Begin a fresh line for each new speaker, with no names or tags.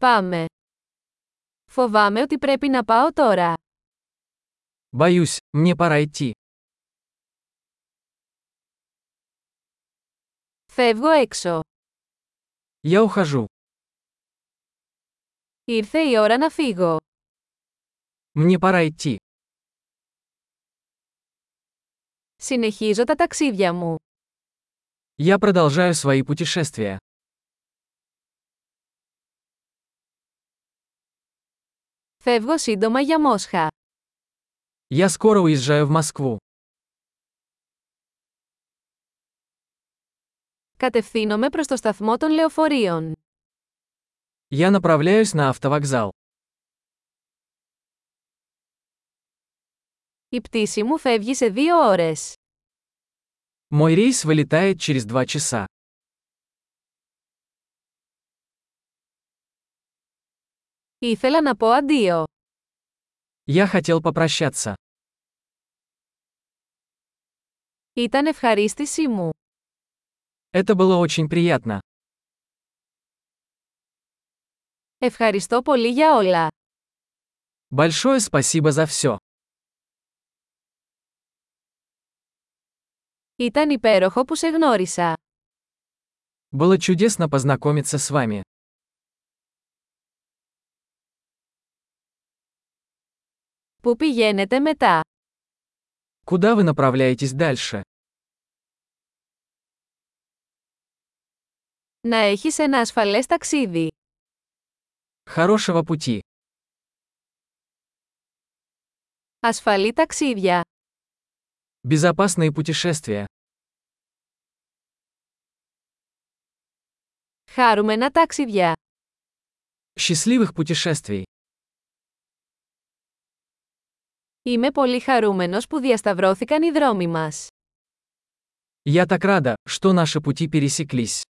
Πάμε. Φοβάμαι ότι πρέπει να πάω τώρα.
Боюсь, мне пора идти.
Φεύγω έξω.
Я ухожу.
Ήρθε η ώρα να φύγω.
Мне пора идти.
Συνεχίζω τα ταξίδια μου.
Я продолжаю свои путешествия.
Φεύγω σύντομα για Μόσχα.
Я скоро уезжаю в Москву.
Κατευθύνομαι προς το σταθμό των λεωφορείων.
Я направляюсь на автовокзал.
Η πτήση μου φεύγει σε δύο ώρες.
Мой рейс вылетает через два часа.
Ήθελα να πω αντίο.
Я хотел попрощаться.
Ήταν ευχαρίστησή μου.
Это было очень приятно.
Ευχαριστώ πολύ για όλα.
Большое спасибо за все.
Ήταν υπέροχο που σε γνώρισα.
Было чудесно познакомиться с вами.
Πού πηγαίνετε μετά.
Куда вы направляетесь дальше?
Να έχεις ένα ασφαλές ταξίδι.
Хорошего пути.
Ασφαλή ταξίδια.
Безопасные путешествия.
Χάρουμενα ταξίδια.
Счастливых путешествий.
Είμαι πολύ χαρούμενος που διασταυρώθηκαν οι δρόμοι μας.
Я так рада, что наши пути пересеклись.